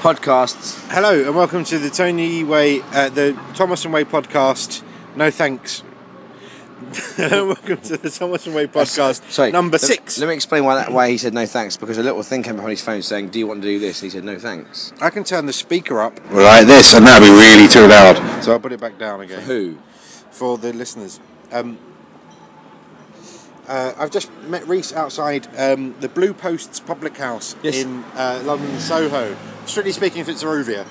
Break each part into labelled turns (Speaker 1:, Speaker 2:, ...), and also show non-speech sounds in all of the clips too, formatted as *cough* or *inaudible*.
Speaker 1: podcasts.
Speaker 2: Hello and welcome to the Tony Way, uh, the Thomas and Way podcast. No thanks. *laughs* welcome to the Thomas and Way podcast,
Speaker 1: Sorry,
Speaker 2: number
Speaker 1: let-
Speaker 2: six.
Speaker 1: Let me explain why that why he said no thanks because a little thing came up on his phone saying, "Do you want to do this?" And he said, "No thanks."
Speaker 2: I can turn the speaker up,
Speaker 1: Like this, and that'd be really too loud.
Speaker 2: so I'll put it back down again for,
Speaker 1: Who?
Speaker 2: the listeners. Um, uh, I've just met Reese outside um, the Blue Posts Public House
Speaker 1: Yes.
Speaker 2: in uh, London, Soho. Strictly speaking, Fitzrovia.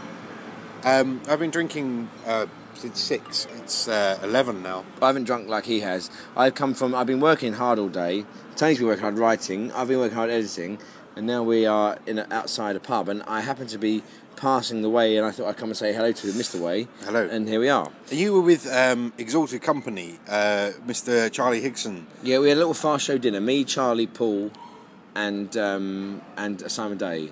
Speaker 2: Um, I've been drinking uh, since six. It's uh, eleven now.
Speaker 1: I haven't drunk like he has. I've come from. I've been working hard all day. Tony's been working hard writing. I've been working hard editing, and now we are in a, outside a pub. And I happen to be passing the way, and I thought I'd come and say hello to Mr. Way.
Speaker 2: Hello.
Speaker 1: And here we are.
Speaker 2: You were with um, Exalted Company, uh, Mr. Charlie Higson.
Speaker 1: Yeah, we had a little fast show dinner. Me, Charlie, Paul, and um, and Simon Day,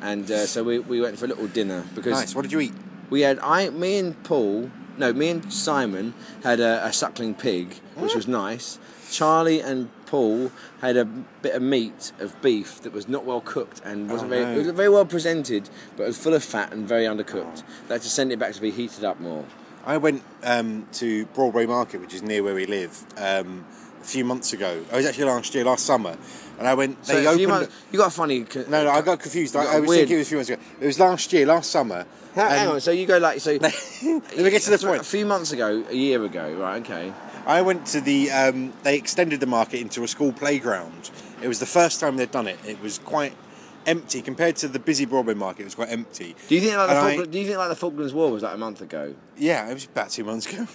Speaker 1: and uh, so we, we went for a little dinner because
Speaker 2: Nice. What did you eat?
Speaker 1: we had I me and Paul no me and Simon had a, a suckling pig which was nice. Charlie and Paul had a bit of meat of beef that was not well cooked and wasn't
Speaker 2: Oh,
Speaker 1: very
Speaker 2: no.
Speaker 1: it was very well presented, but it was full of fat and very undercooked. They had to send it back to be heated up more.
Speaker 2: I went um, to Broadway Market, which is near where we live, um, a few months ago. It was actually last year, last summer, and I went.
Speaker 1: So
Speaker 2: They
Speaker 1: if
Speaker 2: opened.
Speaker 1: you, might- you got a funny. co-
Speaker 2: no, no, I got confused.
Speaker 1: You
Speaker 2: I,
Speaker 1: got
Speaker 2: I
Speaker 1: a
Speaker 2: was
Speaker 1: weird-
Speaker 2: thinking it was a few months ago. It was last year, last summer.
Speaker 1: Hang, hang
Speaker 2: and *laughs*
Speaker 1: on. So you go like so. Let
Speaker 2: me get to the point.
Speaker 1: A few months ago, a year ago, right? Okay.
Speaker 2: I went to the. Um, they extended the market into a school playground. It was the first time they'd done it. It was quite empty compared to the busy Broadway Market. It was quite empty.
Speaker 1: Do you think like the
Speaker 2: And I-
Speaker 1: Falkland, Do you think like the Falklands War was like a month ago?
Speaker 2: Yeah, it was about two months
Speaker 1: *laughs*
Speaker 2: ago.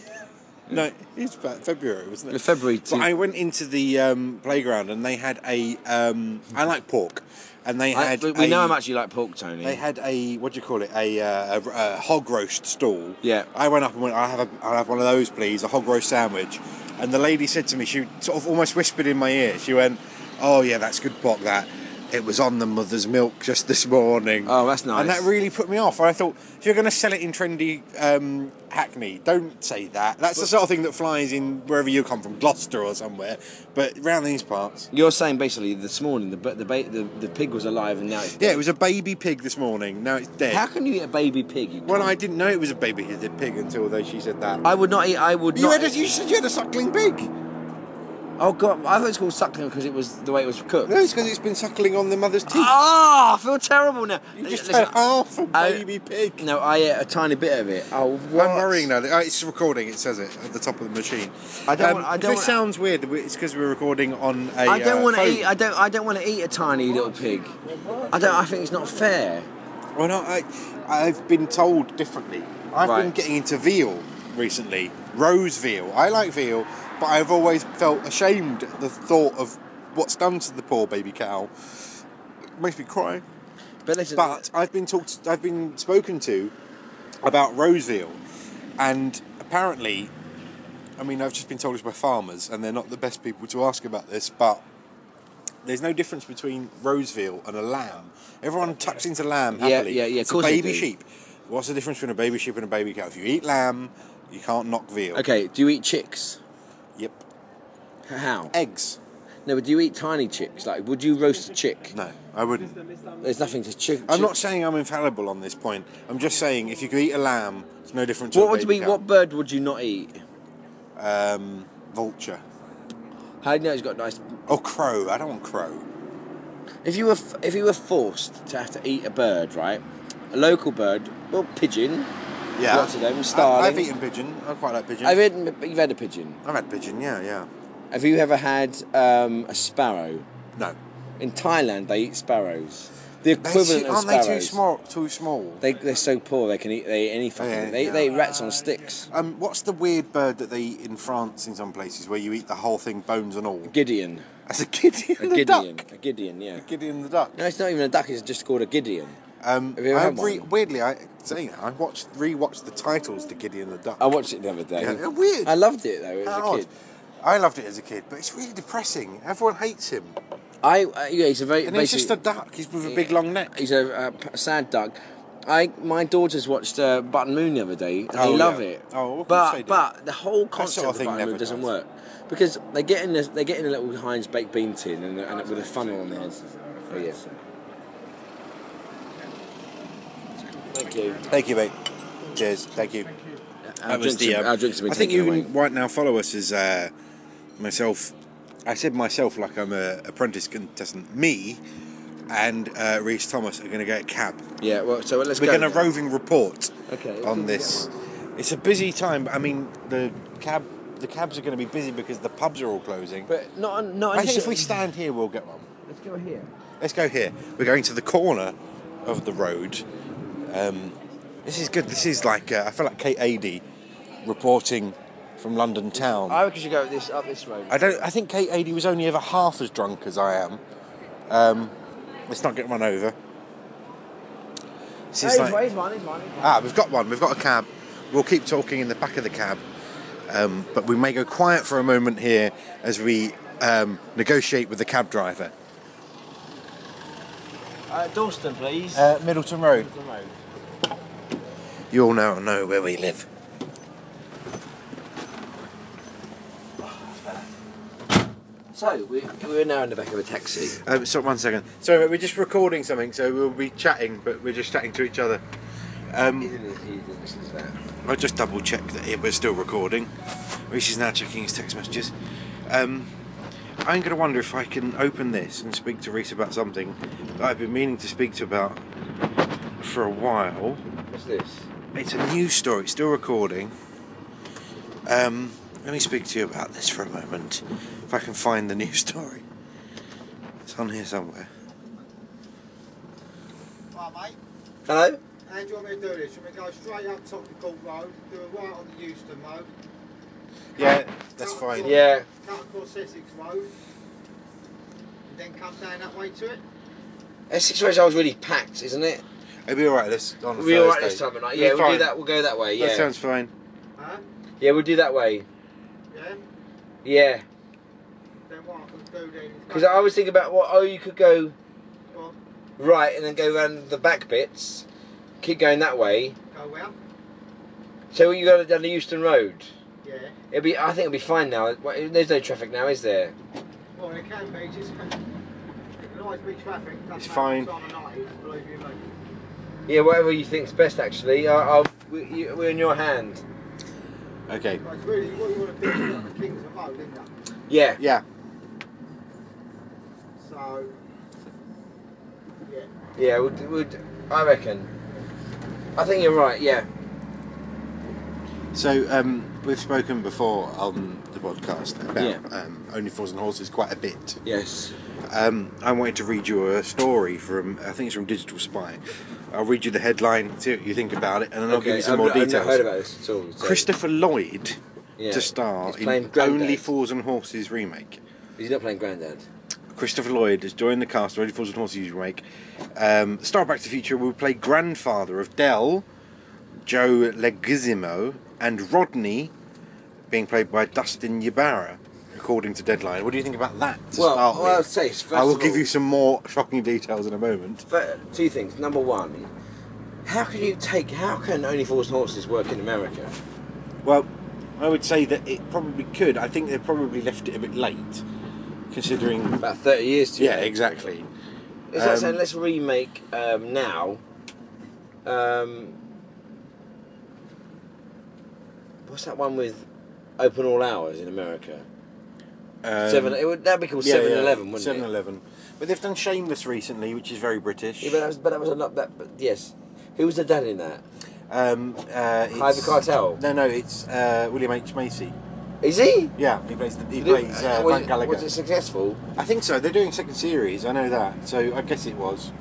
Speaker 2: no, it was about February, wasn't it?
Speaker 1: It was February
Speaker 2: But
Speaker 1: two-
Speaker 2: I went into the um, playground and they had a. Um, I like pork, and they
Speaker 1: I,
Speaker 2: had.
Speaker 1: we we
Speaker 2: a-
Speaker 1: know I'm actually like pork, Tony.
Speaker 2: They had a what do you call it? A, uh, a, a hog roast stall.
Speaker 1: Yeah.
Speaker 2: I went up and went. I have a, I'll have one of those, please. A hog roast sandwich. And the lady said to me, she sort of almost whispered in my ear. She went, "Oh yeah, that's good pork. That it was on the mother's milk just this morning."
Speaker 1: Oh, that's nice.
Speaker 2: And that really put me off. I thought, if you're going to sell it in trendy um, Hackney, don't say that. That's the sort of thing that flies in wherever you come from, Gloucester or somewhere. But round these parts.
Speaker 1: You're saying basically this morning the ba- the, ba- the the pig was alive and now it's
Speaker 2: Yeah, it was a baby pig this morning. Now it's dead.
Speaker 1: How can you eat a baby pig? You
Speaker 2: Well, I
Speaker 1: cunt?
Speaker 2: didn't know it was a baby headed pig until though she said that.
Speaker 1: I would not eat. I would
Speaker 2: you,
Speaker 1: not.
Speaker 2: had a, you said you had a suckling pig. No,
Speaker 1: oh god! I thought it was called suckling because it was the way it was cooked.
Speaker 2: it's because it's been suckling on the mother's teeth.
Speaker 1: *laughs* Ah, I feel terrible now.
Speaker 2: you just
Speaker 1: Listen,
Speaker 2: had half a
Speaker 1: I-
Speaker 2: baby pig.
Speaker 1: No, I ate a tiny bit of it. Oh, what?
Speaker 2: I'm worrying now. that- oh, It's recording. It says it at the top of the machine. Um,
Speaker 1: I don't want- I
Speaker 2: if
Speaker 1: don't
Speaker 2: This
Speaker 1: want-
Speaker 2: sounds weird. but It's because we're recording on a.
Speaker 1: I don't
Speaker 2: uh,
Speaker 1: want to
Speaker 2: phone.
Speaker 1: eat. I don't. I don't want to eat a tiny little pig. I don't. I think it's not fair.
Speaker 2: Well, no, I, I've been told differently. I've been
Speaker 1: Right.
Speaker 2: getting into veal recently, rose veal. I like veal, but I've always felt ashamed at the thought of what's done to the poor baby cow. makes me cry.
Speaker 1: But listen.
Speaker 2: But I've been talked, I've been spoken to about rose veal, and apparently, I mean, I've just been told this by farmers, and they're not the best people to ask about this, but. There's no difference between rose veal and a lamb. Everyone tucks into lamb
Speaker 1: Yeah,
Speaker 2: happily.
Speaker 1: yeah, yeah, of
Speaker 2: It's a
Speaker 1: course they
Speaker 2: baby
Speaker 1: do.
Speaker 2: sheep. What's the difference between a baby sheep and a baby cow? If you eat lamb, you can't knock veal.
Speaker 1: okay. Do you eat chicks?
Speaker 2: Yep.
Speaker 1: How?
Speaker 2: Eggs.
Speaker 1: No, but do you eat tiny chicks? Like, would you roast a chick?
Speaker 2: No, I wouldn't.
Speaker 1: There's nothing to chick.
Speaker 2: I'm
Speaker 1: chick-
Speaker 2: not saying I'm infallible on this point. I'm just saying if you could eat a lamb, it's no different. To
Speaker 1: What
Speaker 2: a
Speaker 1: would
Speaker 2: baby
Speaker 1: be?
Speaker 2: cow.
Speaker 1: What bird would you not eat?
Speaker 2: Um, vulture.
Speaker 1: How do you know it's got nice?
Speaker 2: Oh, crow. I don't want crow.
Speaker 1: If you were f- if you were forced to have to eat a bird, right? A local bird, well, pigeon. Lots of them. Starling.
Speaker 2: I, have eaten pigeon. I quite like pigeon.
Speaker 1: I've had, you've had a pigeon.
Speaker 2: I've had pigeon. Yeah, yeah.
Speaker 1: Have you ever had um, a sparrow?
Speaker 2: No.
Speaker 1: In Thailand, they eat sparrows. The
Speaker 2: They
Speaker 1: equivalent
Speaker 2: too-
Speaker 1: of
Speaker 2: aren't
Speaker 1: sparrows.
Speaker 2: they too small? Too small.
Speaker 1: They, they're so poor they can eat they eat any fucking
Speaker 2: Yeah,
Speaker 1: thing. They,
Speaker 2: yeah.
Speaker 1: they eat rats on sticks.
Speaker 2: um, what's the weird bird that they eat in France in some places where you eat the whole thing, bones and all?
Speaker 1: Gideon.
Speaker 2: That's a Gideon
Speaker 1: A
Speaker 2: the
Speaker 1: Gideon.
Speaker 2: duck.
Speaker 1: A Gideon, yeah.
Speaker 2: Gideon the duck.
Speaker 1: No, it's not even a duck, it's just called a Gideon.
Speaker 2: Um,
Speaker 1: Have you ever
Speaker 2: I
Speaker 1: had
Speaker 2: re-
Speaker 1: one?
Speaker 2: weirdly, I saying that, I watched rewatched the titles to Gideon the duck.
Speaker 1: I watched it the other day.
Speaker 2: Yeah, they're weird.
Speaker 1: I loved it though as
Speaker 2: How
Speaker 1: a
Speaker 2: odd.
Speaker 1: kid.
Speaker 2: I loved it as a kid, but it's really depressing. Everyone hates him,
Speaker 1: I uh, yeah, he's a very
Speaker 2: and he's just a
Speaker 1: basic-
Speaker 2: duck. He's with a big long neck.
Speaker 1: He's a, uh, p- sad duck. I my daughters watched uh, Button Moon the other day and
Speaker 2: Oh,
Speaker 1: they love
Speaker 2: yeah.
Speaker 1: it.
Speaker 2: Oh, well, of course
Speaker 1: but
Speaker 2: they do.
Speaker 1: but the whole
Speaker 2: sort
Speaker 1: concept
Speaker 2: of
Speaker 1: of,
Speaker 2: thing
Speaker 1: Button Moon
Speaker 2: never
Speaker 1: doesn't
Speaker 2: does.
Speaker 1: work because they get in this, they get in a little Heinz baked bean tin and, and with a funnel on their head. Oh yeah. Thank you.
Speaker 2: Thank you, mate. Cheers. Thank you.
Speaker 1: Our
Speaker 2: That was
Speaker 1: drinks, have,
Speaker 2: the, um,
Speaker 1: our drinks have been
Speaker 2: I think
Speaker 1: taken
Speaker 2: you
Speaker 1: away.
Speaker 2: can right now follow us as uh, myself. I said myself like I'm a apprentice contestant. Me and uh, Reese Thomas are going to get a cab.
Speaker 1: Yeah, well, so let's
Speaker 2: We're
Speaker 1: go.
Speaker 2: going to roving report
Speaker 1: Okay.
Speaker 2: on this. It's a busy time. but I mean, the cab, the cabs are going to be busy because the pubs are all closing.
Speaker 1: But not, un- not
Speaker 2: I think
Speaker 1: until-
Speaker 2: if we stand here, we'll get one.
Speaker 1: Let's go here.
Speaker 2: Let's go here. We're going to the corner of the road. Um, this is good. This is like uh, I feel like KateAdy reporting from London town.
Speaker 1: I reckon we should go this, up this road.
Speaker 2: I don't. I think KateAdy was only ever half as drunk as I am. Um, let's not get run over. This is
Speaker 1: Hey,
Speaker 2: like-
Speaker 1: here's one, here's one, here's one.
Speaker 2: ah, we've got one. We've got a cab. We'll keep talking in the back of the cab, um, but we may go quiet for a moment here as we um, negotiate with the cab driver.
Speaker 1: Uh, Dalston, please.
Speaker 2: Uh, Middleton Road.
Speaker 1: Dalston Road.
Speaker 2: You all now know where we live.
Speaker 1: So, we, we're now in the back of a taxi.
Speaker 2: Um, so one second. So we're just recording something, so we'll be chatting, but we're just chatting to each other. Um, I'll just double check that it, we're still recording. Reese is now checking his text messages. Um, I'm going to wonder if I can open this and speak to Reese about something that I've been meaning to speak to about for a while.
Speaker 1: What's this?
Speaker 2: It's a news story, it's still recording. Um, let me speak to you about this for a moment. If I can find the news story. It's on here somewhere.
Speaker 3: Right, mate.
Speaker 1: Hello?
Speaker 3: And do you want me to do this? Should we go straight up top the Court Road, do a right on the Euston Road,
Speaker 2: Yeah,
Speaker 3: that's fine.
Speaker 1: Yeah.
Speaker 3: cut across Essex Road, and then come down that way to it?
Speaker 1: Essex Road always really packed, isn't it?
Speaker 2: It'll be alright this on
Speaker 1: We'll be alright this time of night. Yeah,
Speaker 2: It'll be
Speaker 1: we'll do
Speaker 2: fine.
Speaker 1: that. We'll go that way. Yeah.
Speaker 2: That sounds fine.
Speaker 3: Huh?
Speaker 1: yeah, we'll do that way.
Speaker 3: Yeah?
Speaker 1: Yeah.
Speaker 3: Then what I can do then is...
Speaker 1: Because I was thinking about what, oh, you could go
Speaker 3: Go, on,
Speaker 1: right and then go around the back bits, keep going that way.
Speaker 3: go out.
Speaker 1: So you go down the Euston Road.
Speaker 3: Yeah.
Speaker 1: It'll be. I think it'll be fine now. Well, There's no traffic now, is there?
Speaker 3: Well, it can be, just... It can always be traffic. doesn't
Speaker 2: It's
Speaker 3: matter
Speaker 2: fine.
Speaker 3: what Time of night, it is, believe you me.
Speaker 1: Yeah, whatever you think's best. Actually, I, I'll, we, you, we're in your hand.
Speaker 2: Okay.
Speaker 3: But it's really, what you want to do is like the Kings of Road, isn't it?
Speaker 1: Yeah.
Speaker 2: Yeah.
Speaker 3: So... Yeah.
Speaker 1: Yeah. We'll, do- we'll, do- I reckon. I think you're right. Yeah.
Speaker 2: So um, we've spoken before on the podcast about
Speaker 1: Yeah.
Speaker 2: um, Only Fools and Horses quite a bit.
Speaker 1: Yes.
Speaker 2: Um, I wanted to read you a story from I think it's from Digital Spy. I'll read you the headline, see what you think about it, and then I'll give you some
Speaker 1: I've,
Speaker 2: more
Speaker 1: not-
Speaker 2: details.
Speaker 1: I've not heard about this at all. so-
Speaker 2: Christopher Lloyd
Speaker 1: Yeah.
Speaker 2: to star
Speaker 1: He's playing
Speaker 2: in
Speaker 1: Grandad.
Speaker 2: Only Fools and Horses remake.
Speaker 1: He's not playing Grandad.
Speaker 2: Christopher Lloyd has joined the cast of Only Fools and Horses remake. Um, star of Back to the Future will play grandfather of Dell, Joe Leguizamo, and Rodney, being played by Dustin Ybarra, according to Deadline. What do you think about that? to
Speaker 1: Well,
Speaker 2: start
Speaker 1: well, I'd
Speaker 2: with?
Speaker 1: say it's first
Speaker 2: I will
Speaker 1: of
Speaker 2: give
Speaker 1: all-
Speaker 2: you some more shocking details in a moment.
Speaker 1: But two things. Number one, how can you take? How can Only Fools and Horses work in America?
Speaker 2: Well, I would say that it probably could. I think they probably left it a bit late, considering.
Speaker 1: About thirty years too.
Speaker 2: Yeah,
Speaker 1: late.
Speaker 2: exactly.
Speaker 1: It's like
Speaker 2: Um,
Speaker 1: saying let's remake um, now. Um, what's that one with open all hours in America?
Speaker 2: Um,
Speaker 1: Seven. It would that'd be called
Speaker 2: yeah,
Speaker 1: Seven
Speaker 2: yeah,
Speaker 1: Eleven, wouldn't
Speaker 2: 7 Eleven. But they've done Shameless recently, which is very British.
Speaker 1: it? Yeah, but uh, that was but that was a lot. That but yes, who was the dad in that?
Speaker 2: Um, uh, it's-
Speaker 1: Harvey Keitel?
Speaker 2: No, no, it's uh, William H Macy.
Speaker 1: Is he?
Speaker 2: Yeah, he plays the, he plays uh,
Speaker 1: was,
Speaker 2: Frank Gallagher.
Speaker 1: was it successful?
Speaker 2: I think so. They're doing second series. I know that. So I guess it was.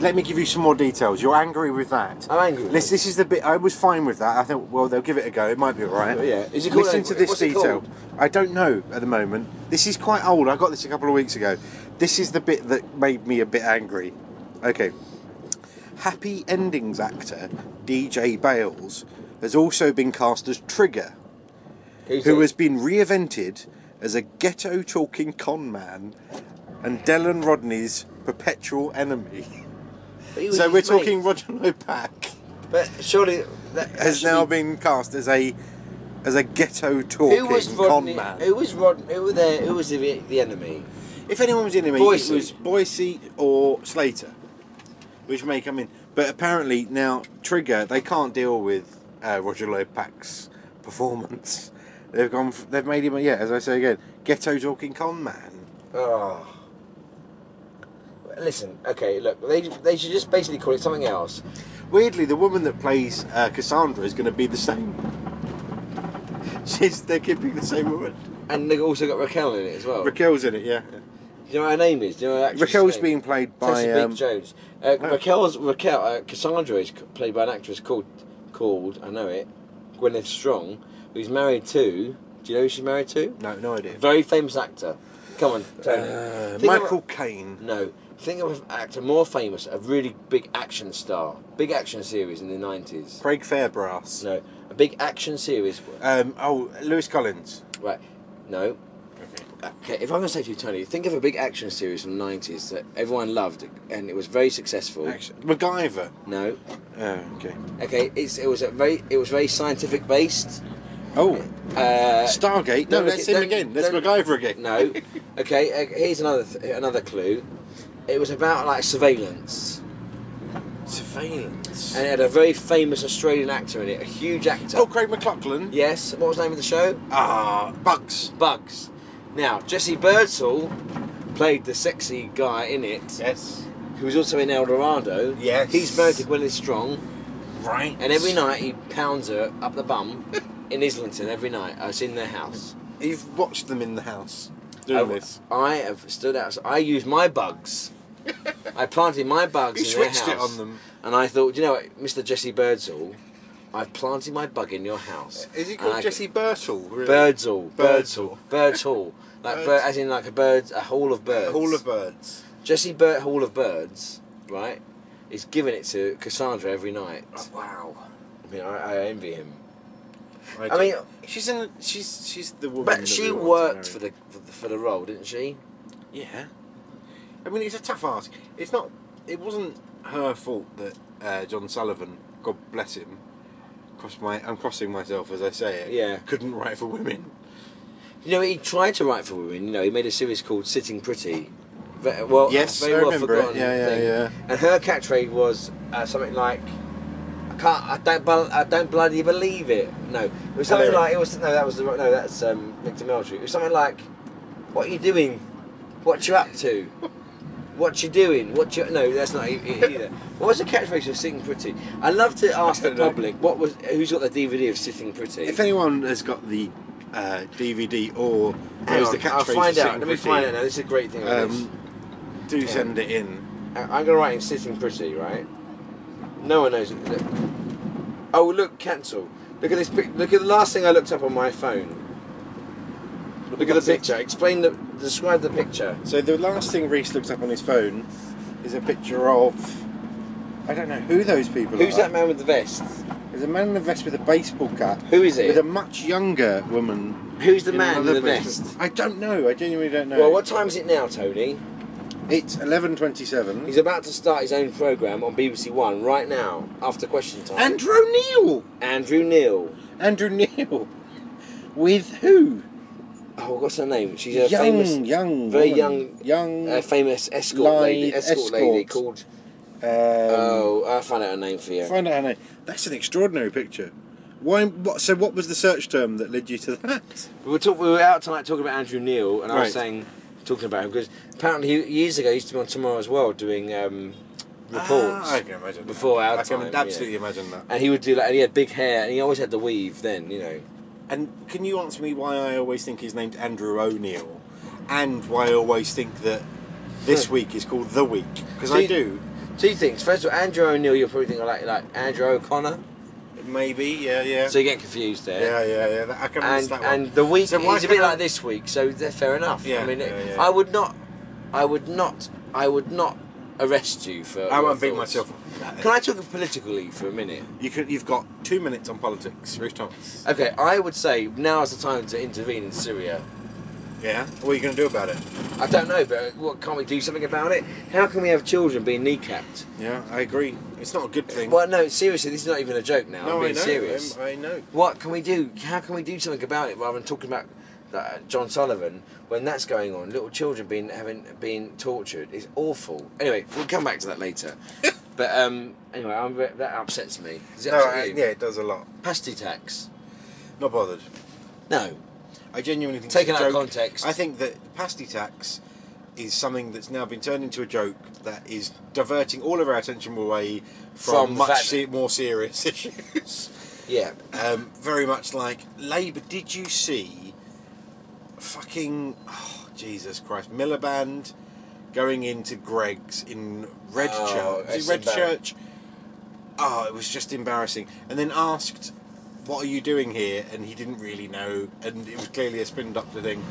Speaker 2: Let me give you some more details. You're angry with that.
Speaker 1: I'm angry with
Speaker 2: This,
Speaker 1: it.
Speaker 2: this is the bit I was fine with that. I thought, well, they'll give it a go. It might be all right.
Speaker 1: Oh, yeah. Is it called-
Speaker 2: Listen to this
Speaker 1: what's it
Speaker 2: detail.
Speaker 1: called?
Speaker 2: I don't know at the moment. This is quite old. I got this a couple of weeks ago. This is the bit that made me a bit angry. Okay. Happy Endings actor DJ Bales has also been cast as Trigger
Speaker 1: Who's
Speaker 2: who
Speaker 1: it?
Speaker 2: has been reinvented as a ghetto talking con man and Dylan Rodney's perpetual enemy.
Speaker 1: But he was
Speaker 2: So
Speaker 1: his
Speaker 2: we're
Speaker 1: mate.
Speaker 2: talking Roger Pack
Speaker 1: But surely that that
Speaker 2: has
Speaker 1: should
Speaker 2: now
Speaker 1: be-
Speaker 2: been cast as a as a ghetto
Speaker 1: Who was
Speaker 2: talking con
Speaker 1: Rodney?
Speaker 2: man.
Speaker 1: Who was Rod? Who were there? Who was the, the enemy?
Speaker 2: If anyone was the enemy,
Speaker 1: Boise.
Speaker 2: it was Boise or Slater. which may come in. But apparently now Trigger they can't deal with uh, Roger Lopak's performance. They've gone. f- They've made him. a- Yeah, as I say again, ghetto talking con man.
Speaker 1: Oh. Listen, okay, look, they, they should just basically call it something else.
Speaker 2: Weirdly, the woman that plays uh, Cassandra is going to be the same. *laughs* She's they're keeping the same woman.
Speaker 1: And they've also got Raquel in it as well.
Speaker 2: Raquel's in it, yeah.
Speaker 1: Do you know what her name is? Do you know her actress's
Speaker 2: Raquel's
Speaker 1: name?
Speaker 2: being played by
Speaker 1: Tessa
Speaker 2: um,
Speaker 1: Beak Jones. Uh,
Speaker 2: oh.
Speaker 1: Raquel's Raquel uh, Cassandra is c- played by an actress called called I know it, Gwyneth Strong, who's married to. Do you know who she's married to?
Speaker 2: no, no idea.
Speaker 1: Very famous actor. Come on, Tony.
Speaker 2: Uh,
Speaker 1: Think of a-
Speaker 2: Michael Caine.
Speaker 1: No. Think of an actor more famous, a really big action star, big action series in the nineties.
Speaker 2: Craig Fairbrass.
Speaker 1: No, a big action series.
Speaker 2: Um, oh, Lewis Collins.
Speaker 1: Right. No. Okay, if I'm going to say to you, Tony, think of a big action series from the 90s that everyone loved and it was very successful.
Speaker 2: Action. MacGyver.
Speaker 1: No.
Speaker 2: Oh, okay.
Speaker 1: Okay, it's, it was a very it was very scientific based.
Speaker 2: Oh,
Speaker 1: Uh,
Speaker 2: Stargate. No,
Speaker 1: don't
Speaker 2: that's
Speaker 1: look
Speaker 2: him
Speaker 1: at- don't-
Speaker 2: again. That's
Speaker 1: don't-
Speaker 2: MacGyver again. *laughs*
Speaker 1: no. Okay, uh, here's another th- another clue. It was about like surveillance,
Speaker 2: Surveillance.
Speaker 1: and it had a very famous Australian actor in it, a huge actor.
Speaker 2: Oh, Craig McLaughlin.
Speaker 1: Yes. What was the name of the show?
Speaker 2: Ah, Bugs.
Speaker 1: Bugs. Now Jesse Birdsall played the sexy guy in it,
Speaker 2: Yes.
Speaker 1: who was also in El Dorado.
Speaker 2: Yes.
Speaker 1: He's married to Gwyneth Strong.
Speaker 2: Right.
Speaker 1: And every night he pounds her up the bum in Islington every night. I was in their house.
Speaker 2: You've watched them in the house doing
Speaker 1: I,
Speaker 2: this.
Speaker 1: I have stood out. I used my bugs. I planted my bugs
Speaker 2: You
Speaker 1: in their
Speaker 2: switched it
Speaker 1: house.
Speaker 2: on them.
Speaker 1: And I thought, you know what, Mr. Jesse Birdsall, I've planted my bug in your house.
Speaker 2: Is he
Speaker 1: And
Speaker 2: called
Speaker 1: I-
Speaker 2: Jesse Birtle? Really?
Speaker 1: Birdsall? Birdsall.
Speaker 2: Birdsall.
Speaker 1: Birdshall. Like
Speaker 2: Birds.
Speaker 1: bird, as in like a bird, a hall of birds.
Speaker 2: Hall of Birds.
Speaker 1: Jesse Bird Hall of Birds, right? Is giving it to Cassandra every night.
Speaker 2: Oh. wow.
Speaker 1: I mean, I, I envy him.
Speaker 2: I,
Speaker 1: I mean-
Speaker 2: mean, she's in. She's she's the woman.
Speaker 1: But
Speaker 2: that
Speaker 1: she
Speaker 2: we want to
Speaker 1: worked
Speaker 2: marry.
Speaker 1: for the, for the for the role, didn't she?
Speaker 2: Yeah. I mean, it's a tough ask. It's not. It wasn't her fault that uh, John Sullivan, God bless him, cross my. I'm crossing myself as I say it.
Speaker 1: Yeah.
Speaker 2: Couldn't write for women.
Speaker 1: You know, he tried to write for women. You know, he made a series called Sitting Pretty. Ve- Well,
Speaker 2: Yes,
Speaker 1: very
Speaker 2: I
Speaker 1: well
Speaker 2: remember it.
Speaker 1: forgotten
Speaker 2: Yeah, yeah,
Speaker 1: thing.
Speaker 2: yeah.
Speaker 1: And her catchphrase was uh, something like, "I can't, I don't, bel- I don't bloody believe it." No, it was something
Speaker 2: Hello.
Speaker 1: like it was. No, that was the no, that's um, Victor Meldrew. It was something like, "What are you doing? What you up to? What you doing? What you?" No, that's not e- e- either. What was the catchphrase of Sitting Pretty? I would love
Speaker 2: *laughs*
Speaker 1: to ask the
Speaker 2: don't know.
Speaker 1: public what was who's got the DVD of Sitting Pretty.
Speaker 2: If anyone has got the uh, DVD or
Speaker 1: Hang
Speaker 2: knows
Speaker 1: on,
Speaker 2: the catchphrase,
Speaker 1: I'll find
Speaker 2: to
Speaker 1: out. Let
Speaker 2: Sing
Speaker 1: me
Speaker 2: Pretty,
Speaker 1: find out now. This is a great thing. about this.
Speaker 2: Um, do send it in.
Speaker 1: I- I'm gonna write in sitting pretty, right? No one knows it. Look. Oh look, cancel. Look at this. pic- Look at the last thing I looked up on my phone. Look at the
Speaker 2: That's it.
Speaker 1: picture. Explain the. Describe the picture.
Speaker 2: So the last thing Reese looks up on his phone is a picture of. I don't know who those people
Speaker 1: Who's
Speaker 2: are.
Speaker 1: that man with the vest?
Speaker 2: There's a man in a vest with a baseball cap.
Speaker 1: Who is
Speaker 2: With a
Speaker 1: it?
Speaker 2: much younger woman.
Speaker 1: Who's the
Speaker 2: in
Speaker 1: man
Speaker 2: another
Speaker 1: with the
Speaker 2: baseball-
Speaker 1: vest?
Speaker 2: I don't know. I genuinely don't know.
Speaker 1: Well, what time is it now, Tony?
Speaker 2: It's eleven twenty-seven.
Speaker 1: He's about to start his own program on BBC One right now after question time.
Speaker 2: Andrew Neil.
Speaker 1: Andrew Neil.
Speaker 2: Andrew Neil. With who?
Speaker 1: Oh, what's her name? She's a
Speaker 2: young,
Speaker 1: famous,
Speaker 2: young,
Speaker 1: very uh,
Speaker 2: woman. young.
Speaker 1: a famous escort lady.
Speaker 2: Live
Speaker 1: Escort, lady
Speaker 2: escort.
Speaker 1: called.
Speaker 2: um,
Speaker 1: oh, I will find out her name for you.
Speaker 2: Find out her name. That's an extraordinary picture. Why? What, so, what was the search term that led you to that?
Speaker 1: We were, talk, we were out tonight talking about Andrew Neil, and I was
Speaker 2: Right.
Speaker 1: saying, talking about him because apparently he, years ago he used to be on Tomorrow's World doing um, reports,
Speaker 2: Ah, I can imagine.
Speaker 1: Before
Speaker 2: that.
Speaker 1: our
Speaker 2: I can
Speaker 1: time, yeah.
Speaker 2: absolutely imagine that.
Speaker 1: and he would do like, and he had big hair, and he always had the weave. Then you know,
Speaker 2: And can you answer me why I always think he's named Andrew O'Neill, and why I always think that this
Speaker 1: Hmm.
Speaker 2: week is called the week? Because I do.
Speaker 1: two things. First of all, Andrew O'Neill, you're probably thinking like like Andrew O'Connor,
Speaker 2: Maybe. Yeah. Yeah.
Speaker 1: so you get confused there.
Speaker 2: yeah, yeah, yeah. that- I can
Speaker 1: and
Speaker 2: understand that one.
Speaker 1: and the week
Speaker 2: So why
Speaker 1: is a bit
Speaker 2: can't I-
Speaker 1: like this week, so they're fair enough. I
Speaker 2: Yeah,
Speaker 1: mean, it-
Speaker 2: yeah, yeah.
Speaker 1: I would not, I would not, I would not arrest you for.
Speaker 2: I
Speaker 1: your
Speaker 2: won't beat
Speaker 1: thoughts.
Speaker 2: myself. up.
Speaker 1: Can I talk politically for a minute?
Speaker 2: You can, you've got two minutes on politics, Rich Thomas.
Speaker 1: Okay, I would say now is the time to intervene in Syria.
Speaker 2: Yeah. What are you going to do about it?
Speaker 1: I don't know, but what can't we do something about it? How can we have children being kneecapped?
Speaker 2: Yeah, I agree. It's not a good thing.
Speaker 1: Well, no, seriously, this is not even a joke now. I'm
Speaker 2: no, I
Speaker 1: being
Speaker 2: know.
Speaker 1: serious.
Speaker 2: I'm- I know.
Speaker 1: What can we do? How can we do something about it rather than talking about uh, John Sullivan when that's going
Speaker 2: *laughs*
Speaker 1: on? Little children being having being tortured is awful. Anyway, we'll come back to that later. But um, anyway, I'm, ve- that upsets me. Does it
Speaker 2: No,
Speaker 1: upset
Speaker 2: I-
Speaker 1: you?
Speaker 2: yeah, it does a lot.
Speaker 1: Pasty tax.
Speaker 2: Not bothered.
Speaker 1: No.
Speaker 2: I genuinely think
Speaker 1: Taken
Speaker 2: it's a
Speaker 1: out of
Speaker 2: joke.
Speaker 1: context.
Speaker 2: I think that the pasty tax is something that's now been turned into a joke that is diverting all of our attention away from,
Speaker 1: From the
Speaker 2: much
Speaker 1: fact-
Speaker 2: se- more serious *laughs* issues.
Speaker 1: Yeah.
Speaker 2: um, very much like Labour. Did you see fucking oh, Jesus Christ Miliband going into Greg's in
Speaker 1: Oh,
Speaker 2: Redchurch?
Speaker 1: it's
Speaker 2: Is it Redchurch?
Speaker 1: embarrassing.
Speaker 2: Oh, it was just embarrassing. And then asked, "What are you doing here?" And he didn't really know, and it was clearly a spin doctor thing.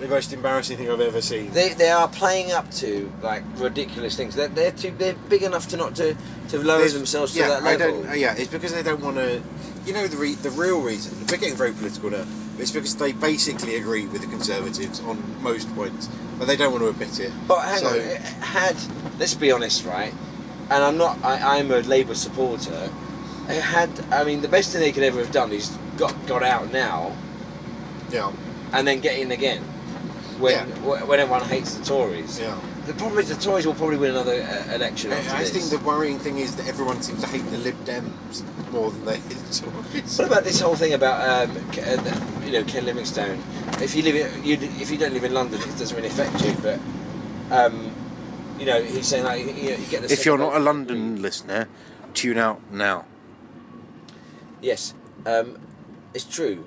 Speaker 2: The most embarrassing thing I've ever seen.
Speaker 1: They, they are playing up to like ridiculous things. They're, they're too they're big enough to not to to lower
Speaker 2: There's-
Speaker 1: themselves to
Speaker 2: yeah,
Speaker 1: that
Speaker 2: I
Speaker 1: level.
Speaker 2: don't, uh, yeah, it's because they don't want to. You know the re, the real reason. We're getting very political now. but It's because they basically agree with the Conservatives on most points, but they don't want to admit it.
Speaker 1: But hang
Speaker 2: So-
Speaker 1: on, it had let's be honest, right? And I'm not. I, I'm a Labour supporter. It had. I mean, the best thing they could ever have done is got got out now
Speaker 2: Yeah,
Speaker 1: and then get in again when
Speaker 2: Yeah.
Speaker 1: wh- when everyone hates the Tories.
Speaker 2: yeah.
Speaker 1: The problem is the Tories will probably win another uh, election. after
Speaker 2: I, I
Speaker 1: this.
Speaker 2: think the worrying thing is that everyone seems to hate the Lib Dems more than they hate the Tories.
Speaker 1: What about this whole thing about um, K- uh, th- you know Ken Livingstone? If you live in, you, if you don't live in London, it doesn't really affect you. But um, you know he's saying like you, you get the
Speaker 2: If you're not a
Speaker 1: second-
Speaker 2: London listener, tune out now.
Speaker 1: Yes, um, it's true.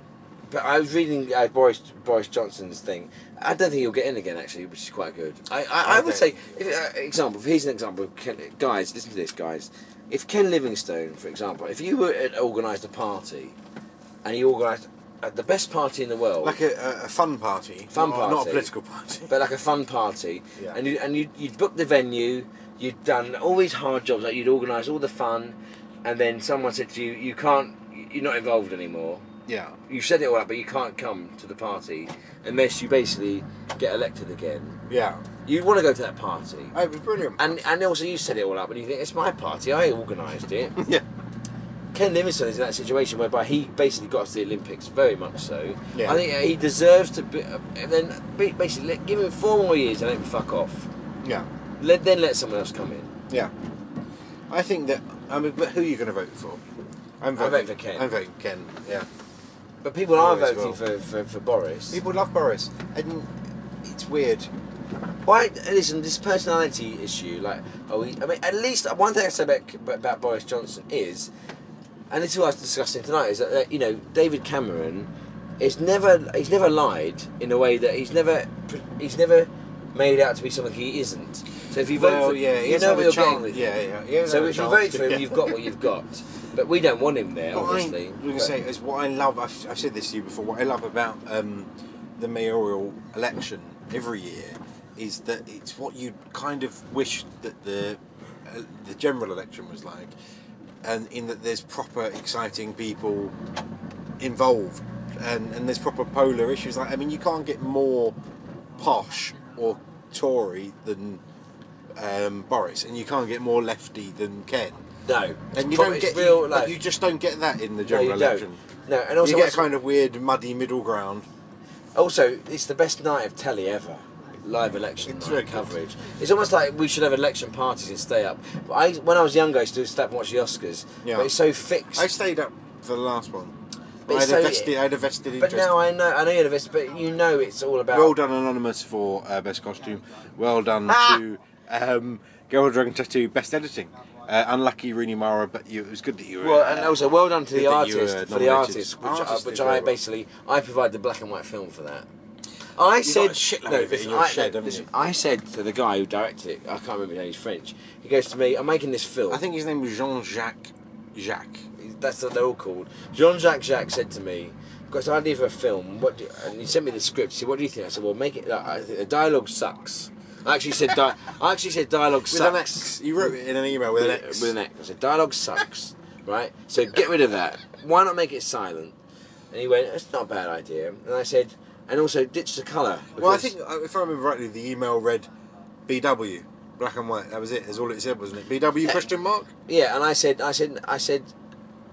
Speaker 1: But I was reading uh, Boris Boris Johnson's thing. I don't think he'll get in again, actually, which is quite good. I I, I
Speaker 2: I
Speaker 1: would
Speaker 2: don't
Speaker 1: say,
Speaker 2: think
Speaker 1: if, uh, example. Here's an example. Ken, guys, listen to this, guys. If Ken Livingstone, for example, if you were had organised a party, and you organised uh, the best party in the world,
Speaker 2: Like a, a- a fun party,
Speaker 1: Fun
Speaker 2: not, not
Speaker 1: party.
Speaker 2: a political party.
Speaker 1: but like a fun party.
Speaker 2: Yeah.
Speaker 1: And you and you you'd booked the venue, you'd done all these hard jobs, like you'd organised all the fun, and then someone said to you, "You can't, you're not involved anymore.
Speaker 2: yeah,
Speaker 1: You said it all out, but you can't come to the party unless you basically get elected again.
Speaker 2: yeah.
Speaker 1: You'd want to go to that party."
Speaker 2: Oh, it was brilliant.
Speaker 1: And, and also you set it all up and you think it's my party I organised
Speaker 2: *laughs*
Speaker 1: it
Speaker 2: yeah,
Speaker 1: Ken Livingstone is in that situation whereby he basically got us to the Olympics, very much so.
Speaker 2: Yeah.
Speaker 1: I think uh, he deserves to be. uh, And then ba- basically, let, give him four more years and let him fuck off.
Speaker 2: yeah.
Speaker 1: Let, then let someone else come in.
Speaker 2: Yeah. I think that. I mean, but who are you going to vote for? I'm
Speaker 1: I vote
Speaker 2: voting
Speaker 1: for Ken.
Speaker 2: I'm voting Ken. Yeah.
Speaker 1: But people are
Speaker 2: Always
Speaker 1: voting for,
Speaker 2: will.
Speaker 1: for, for Boris.
Speaker 2: People love Boris, and it's weird.
Speaker 1: Why? Listen, this personality issue, like, oh, he, I mean, at least one thing I say about, about Boris Johnson is, and this is what I was discussing tonight, is that uh, you know David Cameron is never he's never lied in a way that he's never he's never made out to be something he isn't. So if you vote
Speaker 2: Well,
Speaker 1: for
Speaker 2: yeah, he
Speaker 1: you
Speaker 2: has
Speaker 1: know
Speaker 2: had
Speaker 1: what
Speaker 2: a
Speaker 1: you're
Speaker 2: chance.
Speaker 1: getting with
Speaker 2: Yeah,
Speaker 1: him.
Speaker 2: yeah, he has
Speaker 1: so
Speaker 2: had a
Speaker 1: if you
Speaker 2: chance,
Speaker 1: vote for him,
Speaker 2: *laughs* yeah.
Speaker 1: you've got what you've got. But we don't want him there,
Speaker 2: What I,
Speaker 1: obviously.
Speaker 2: I'm going to
Speaker 1: But-
Speaker 2: say is what I love. I've, I've said this to you before. What I love about um, the mayoral election every year is that it's what you kind of wish that the uh, the general election was like, and in that there's proper exciting people involved, and, and there's proper polar issues. Like I mean, you can't get more posh or Tory than um, Boris, and you can't get more lefty than Ken.
Speaker 1: no,
Speaker 2: And you
Speaker 1: But
Speaker 2: don't
Speaker 1: it's
Speaker 2: get
Speaker 1: real.
Speaker 2: you,
Speaker 1: like,
Speaker 2: you just don't get that in the
Speaker 1: no,
Speaker 2: general
Speaker 1: you
Speaker 2: election.
Speaker 1: don't. No, and also
Speaker 2: you get
Speaker 1: what's-
Speaker 2: a kind of weird muddy middle ground.
Speaker 1: Also, it's the best night of telly ever. Live election
Speaker 2: It's
Speaker 1: night
Speaker 2: very good.
Speaker 1: coverage. It's almost like we should have election parties and stay up. But I, when I was younger, I used to stay up and watch the Oscars.
Speaker 2: Yeah.
Speaker 1: But it's so fixed.
Speaker 2: I stayed up for the last one.
Speaker 1: But
Speaker 2: I had,
Speaker 1: so-
Speaker 2: a vested, I had a vested
Speaker 1: but
Speaker 2: interest.
Speaker 1: now I know, I know you know this, but you know it's all about.
Speaker 2: well done, Anonymous, for uh, best costume. Well done
Speaker 1: Ah!
Speaker 2: to um, Girl with Dragon Tattoo, best editing. Uh, unlucky Rooney Mara, but you, it was good that you were.
Speaker 1: Well, and
Speaker 2: uh,
Speaker 1: also well done to
Speaker 2: good
Speaker 1: the
Speaker 2: that you were
Speaker 1: artist for the
Speaker 2: nominated.
Speaker 1: artist, which,
Speaker 2: Artist
Speaker 1: I, which
Speaker 2: did
Speaker 1: I
Speaker 2: very well.
Speaker 1: basically I provide the black and white film for that. I said
Speaker 2: got a shitload of it
Speaker 1: listen,
Speaker 2: in your
Speaker 1: I,
Speaker 2: shed, haven't
Speaker 1: listen,
Speaker 2: you?
Speaker 1: I said to the guy who directed it, I can't remember his name. He's French. He goes to me, "I'm making this film."
Speaker 2: I think his name was Jean Jacques Jacques.
Speaker 1: that's what they're all called. Jean Jacques Jacques said to me, "I've got an idea for a film. What?" Do, and he sent me the script. He said, "What do you think?" I said, "Well, make it." uh, I think the dialogue sucks. I actually said, di- "I actually said dialogue
Speaker 2: With
Speaker 1: sucks."
Speaker 2: an X. You wrote it in an email with,
Speaker 1: With,
Speaker 2: an X.
Speaker 1: with an X. I said, "Dialogue sucks." right. So get rid of that. Why not make it silent? And he went, "It's not a bad idea." And I said, "And also ditch the colour."
Speaker 2: Well, I
Speaker 1: because-
Speaker 2: think uh, if I remember rightly, the email read BW, black and white. That was it. That's all it said, wasn't it? BW question mark.
Speaker 1: Yeah, and I said, I said, I said,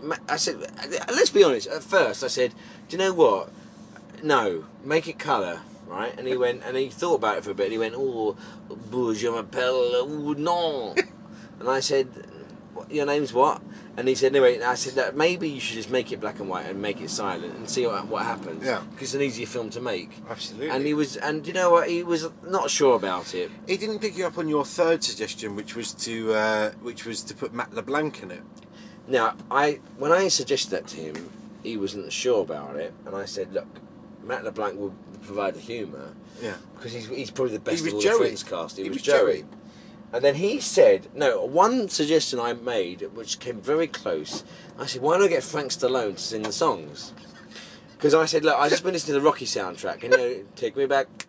Speaker 1: ma- I said, let's be honest. At first, I said, do you know what? No, make it colour, right? And he
Speaker 2: *laughs*
Speaker 1: went, and he thought about it for a bit. and He went, oh, bourgeois m'appelle, oh, non. And I said, "What- your name's what? And he said, anyway, and I said that maybe you should just make it black and white and make it silent and see what, what happens.
Speaker 2: Yeah.
Speaker 1: Because it's an easier film to make.
Speaker 2: Absolutely.
Speaker 1: And he was, and you know what? He was not sure about it.
Speaker 2: He didn't pick you up on your third suggestion, which was to uh, which was to put Matt LeBlanc in it.
Speaker 1: Now, I when I suggested that to him, he wasn't sure about it, and I said, "Look, Matt LeBlanc will provide the humour
Speaker 2: Yeah.
Speaker 1: because he's, he's probably the best
Speaker 2: was
Speaker 1: of all
Speaker 2: Joey.
Speaker 1: the Friends cast. He,
Speaker 2: He
Speaker 1: was,
Speaker 2: was
Speaker 1: Joey.
Speaker 2: Joey.
Speaker 1: And then he said, "No, one suggestion I made, which came very close, I said, why not get Frank Stallone to sing the songs?" Because I said, "Look, I just been listening to the Rocky soundtrack, and you know, take me back,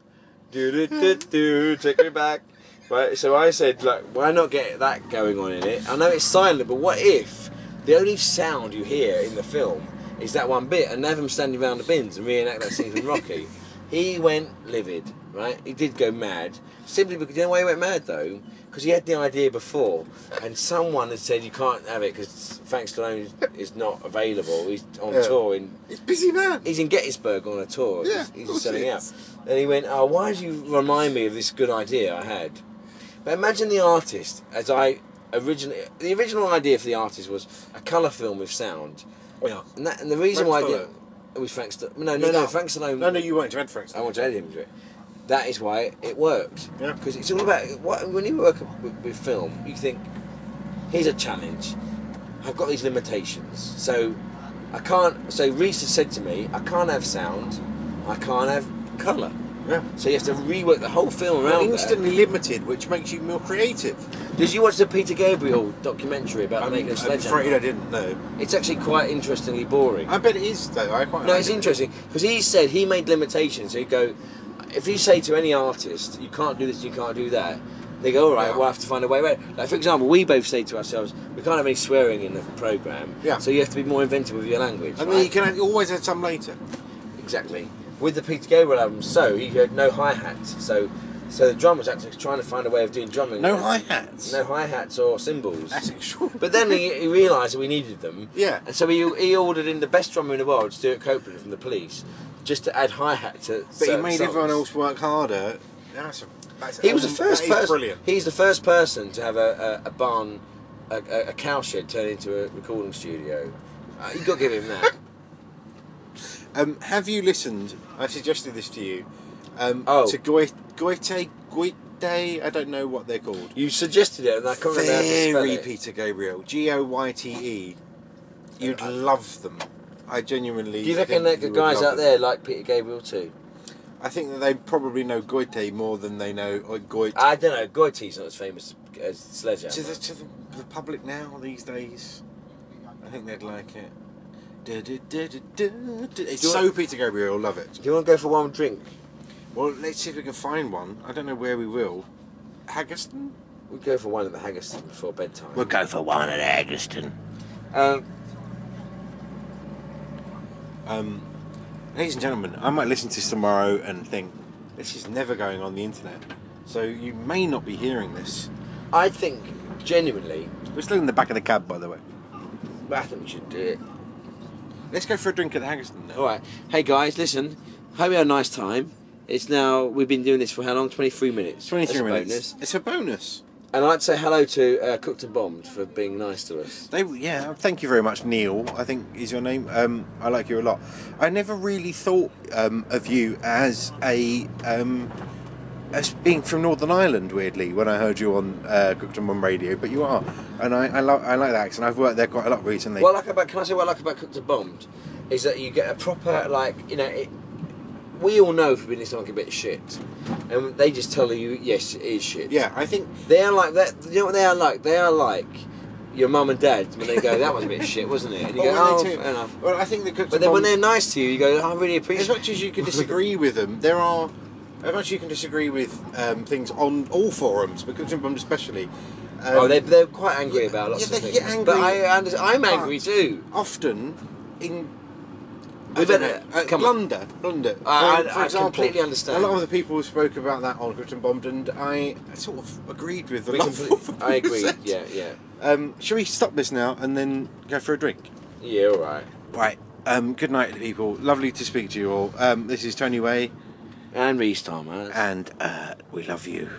Speaker 1: do do do do, take me back." Right, so I said, look, why not get that going on in it? I know it's silent, but what if the only sound you hear in the film is that one bit and have them standing around the bins and reenact that scene from Rocky? He went livid, right? He did go mad. Simply because, you know why he went mad though? Because he had the idea before and someone had said you can't have it because Frank Stallone is not available. He's on
Speaker 2: Yeah.
Speaker 1: tour in
Speaker 2: It's busy man.
Speaker 1: he's in Gettysburg on a tour.
Speaker 2: Yeah, of
Speaker 1: he's, he's
Speaker 2: course
Speaker 1: selling
Speaker 2: he
Speaker 1: out.
Speaker 2: is.
Speaker 1: And he went, "Oh, why do you remind me of this good idea I had?" But imagine the artist as I originally. The original idea for the artist was a colour film with sound,
Speaker 2: Yeah.
Speaker 1: and, that, and the reason
Speaker 2: Frank
Speaker 1: why I did
Speaker 2: Stallone.
Speaker 1: it was Frank. St- no, no, no, Frank Stallone.
Speaker 2: No, no, you weren't. You had Frank
Speaker 1: I
Speaker 2: Stallone.
Speaker 1: want to add him to it. That is why it worked.
Speaker 2: Yeah.
Speaker 1: Because it's all about what, when you work with, with film, you think, here's a challenge. I've got these limitations, so I can't. So Reese has said to me, I can't have sound, I can't have colour.
Speaker 2: Yeah.
Speaker 1: So you have to rework the whole film
Speaker 2: You're
Speaker 1: around
Speaker 2: instantly limited, which makes you more creative.
Speaker 1: that. Did you watch the Peter Gabriel documentary about the making of
Speaker 2: I'm afraid
Speaker 1: Sledgehammer?
Speaker 2: I didn't know.
Speaker 1: It's actually quite interestingly boring.
Speaker 2: I bet it is though. I quite.
Speaker 1: No,
Speaker 2: like
Speaker 1: it's
Speaker 2: it.
Speaker 1: interesting because he said he made limitations. He'd go, if you say to any artist, you can't do this, you can't do that, they go, all right,
Speaker 2: Yeah.
Speaker 1: we'll have to find a way around. it." Like, for example, we both say to ourselves, we can't have any swearing in the program,
Speaker 2: Yeah.
Speaker 1: so you have to be more inventive with your language.
Speaker 2: And
Speaker 1: right?
Speaker 2: then you can have, always add some later.
Speaker 1: Exactly. With the Peter Gabriel album, so he had no hi hats, so so the drummer's actually trying to find a way of doing drumming.
Speaker 2: No hi-hats?
Speaker 1: No hi hats or cymbals.
Speaker 2: That's *laughs* extraordinary.
Speaker 1: But then he, he realised that we needed them.
Speaker 2: Yeah.
Speaker 1: And so he, he ordered in the best drummer in the world, Stuart Copeland from the Police, just to add hi hat to.
Speaker 2: But he
Speaker 1: certain
Speaker 2: made
Speaker 1: songs.
Speaker 2: everyone else work harder. That's a, that's
Speaker 1: He was
Speaker 2: a-
Speaker 1: the first
Speaker 2: that is
Speaker 1: person.
Speaker 2: Brilliant.
Speaker 1: He's the first person to have a, a, a barn, a, a, a cow shed turned into a recording studio. Uh, you got to give him
Speaker 2: *laughs*
Speaker 1: that.
Speaker 2: Um, have you listened? I suggested this to you. Um,
Speaker 1: Oh.
Speaker 2: To Goite, Goite, Goite. I don't know what they're called.
Speaker 1: You suggested it, and I can't remember how to spell
Speaker 2: Very
Speaker 1: it.
Speaker 2: Peter Gabriel. G O Y T E. You'd love them. I genuinely.
Speaker 1: Uh, Do you
Speaker 2: think
Speaker 1: reckon that the
Speaker 2: would
Speaker 1: guys
Speaker 2: love
Speaker 1: out
Speaker 2: them.
Speaker 1: there like Peter Gabriel too?
Speaker 2: I think that they probably know Goite more than they know uh, Goite.
Speaker 1: I don't know. Goity's not as famous as Sledgehammer.
Speaker 2: to the, to the, the public now these days, I think they'd like it. Du- du- du- du- du- du- It's
Speaker 1: Do you
Speaker 2: so
Speaker 1: want-
Speaker 2: Peter Gabriel, love it.
Speaker 1: Do you want to go for one drink?
Speaker 2: Well, let's see if we can find one. I don't know where we will. Haggerston?
Speaker 1: We'll go for one at the Haggerston before bedtime.
Speaker 2: go for one at Haggerston.
Speaker 1: Um,
Speaker 2: Um, ladies and gentlemen, I might listen to this tomorrow and think, this is never going on the internet. So you may not be hearing this.
Speaker 1: I think genuinely,
Speaker 2: We're still in the back of the cab, by the way.
Speaker 1: I think we should do it.
Speaker 2: Let's go for a drink at Haggerston now.
Speaker 1: All right. Hey guys, listen. Hope you had a nice time. It's now we've been doing this for how long? Twenty three minutes.
Speaker 2: 23
Speaker 1: That's a
Speaker 2: minutes.
Speaker 1: bonus.
Speaker 2: It's a bonus.
Speaker 1: And I'd say hello to uh, Cooked and Bombed for being nice to us.
Speaker 2: They, yeah, thank you very much, Neil. I think is your name. Um, I like you a lot. I never really thought um, of you as a um, as being from Northern Ireland. Weirdly, when I heard you on uh, Cooked and Mum Radio, but you are, and I, I like I like that accent. I've worked there quite a lot recently.
Speaker 1: What I like about can I say what I like about Cooked and Bombed is that you get a proper like you know it, we all know if we've been listening to a bit of shit, and they just tell you yes it is shit.
Speaker 2: yeah, I think
Speaker 1: They are like that. You know what they are like? They are like your mum and dad when they go, "That was a bit shit, wasn't it?" And you
Speaker 2: Well,
Speaker 1: go,
Speaker 2: when
Speaker 1: "Oh,
Speaker 2: they do-
Speaker 1: fair enough."
Speaker 2: well, I think the Cooked
Speaker 1: But
Speaker 2: and
Speaker 1: then when
Speaker 2: Mum-
Speaker 1: they're nice to you, you go, "I really
Speaker 2: as
Speaker 1: appreciate."
Speaker 2: much as
Speaker 1: *laughs*
Speaker 2: you can disagree with them, there are as much as you can disagree with um, things on all forums, but Cooked and Mum especially. Um,
Speaker 1: oh, they're, they're quite angry about lots
Speaker 2: yeah,
Speaker 1: of
Speaker 2: they
Speaker 1: things.
Speaker 2: get
Speaker 1: But
Speaker 2: angry,
Speaker 1: I, under- I'm
Speaker 2: but-
Speaker 1: angry too.
Speaker 2: often in
Speaker 1: We
Speaker 2: I don't
Speaker 1: better-
Speaker 2: know, uh,
Speaker 1: come on.
Speaker 2: blunder, blunder.
Speaker 1: I- I- I completely understand.
Speaker 2: A lot of the people who spoke about that on Grit and Bombed, and I sort of agreed with the
Speaker 1: We
Speaker 2: lot
Speaker 1: compl-
Speaker 2: of what
Speaker 1: *laughs* I
Speaker 2: people
Speaker 1: agree.
Speaker 2: said.
Speaker 1: Yeah, yeah,
Speaker 2: Um, shall we stop this now and then go for a drink?
Speaker 1: yeah. All right.
Speaker 2: Right. Um, good night, people. Lovely to speak to you all. Um, this is Tony Way,
Speaker 1: And Reese Thomas.
Speaker 2: and uh, we love you.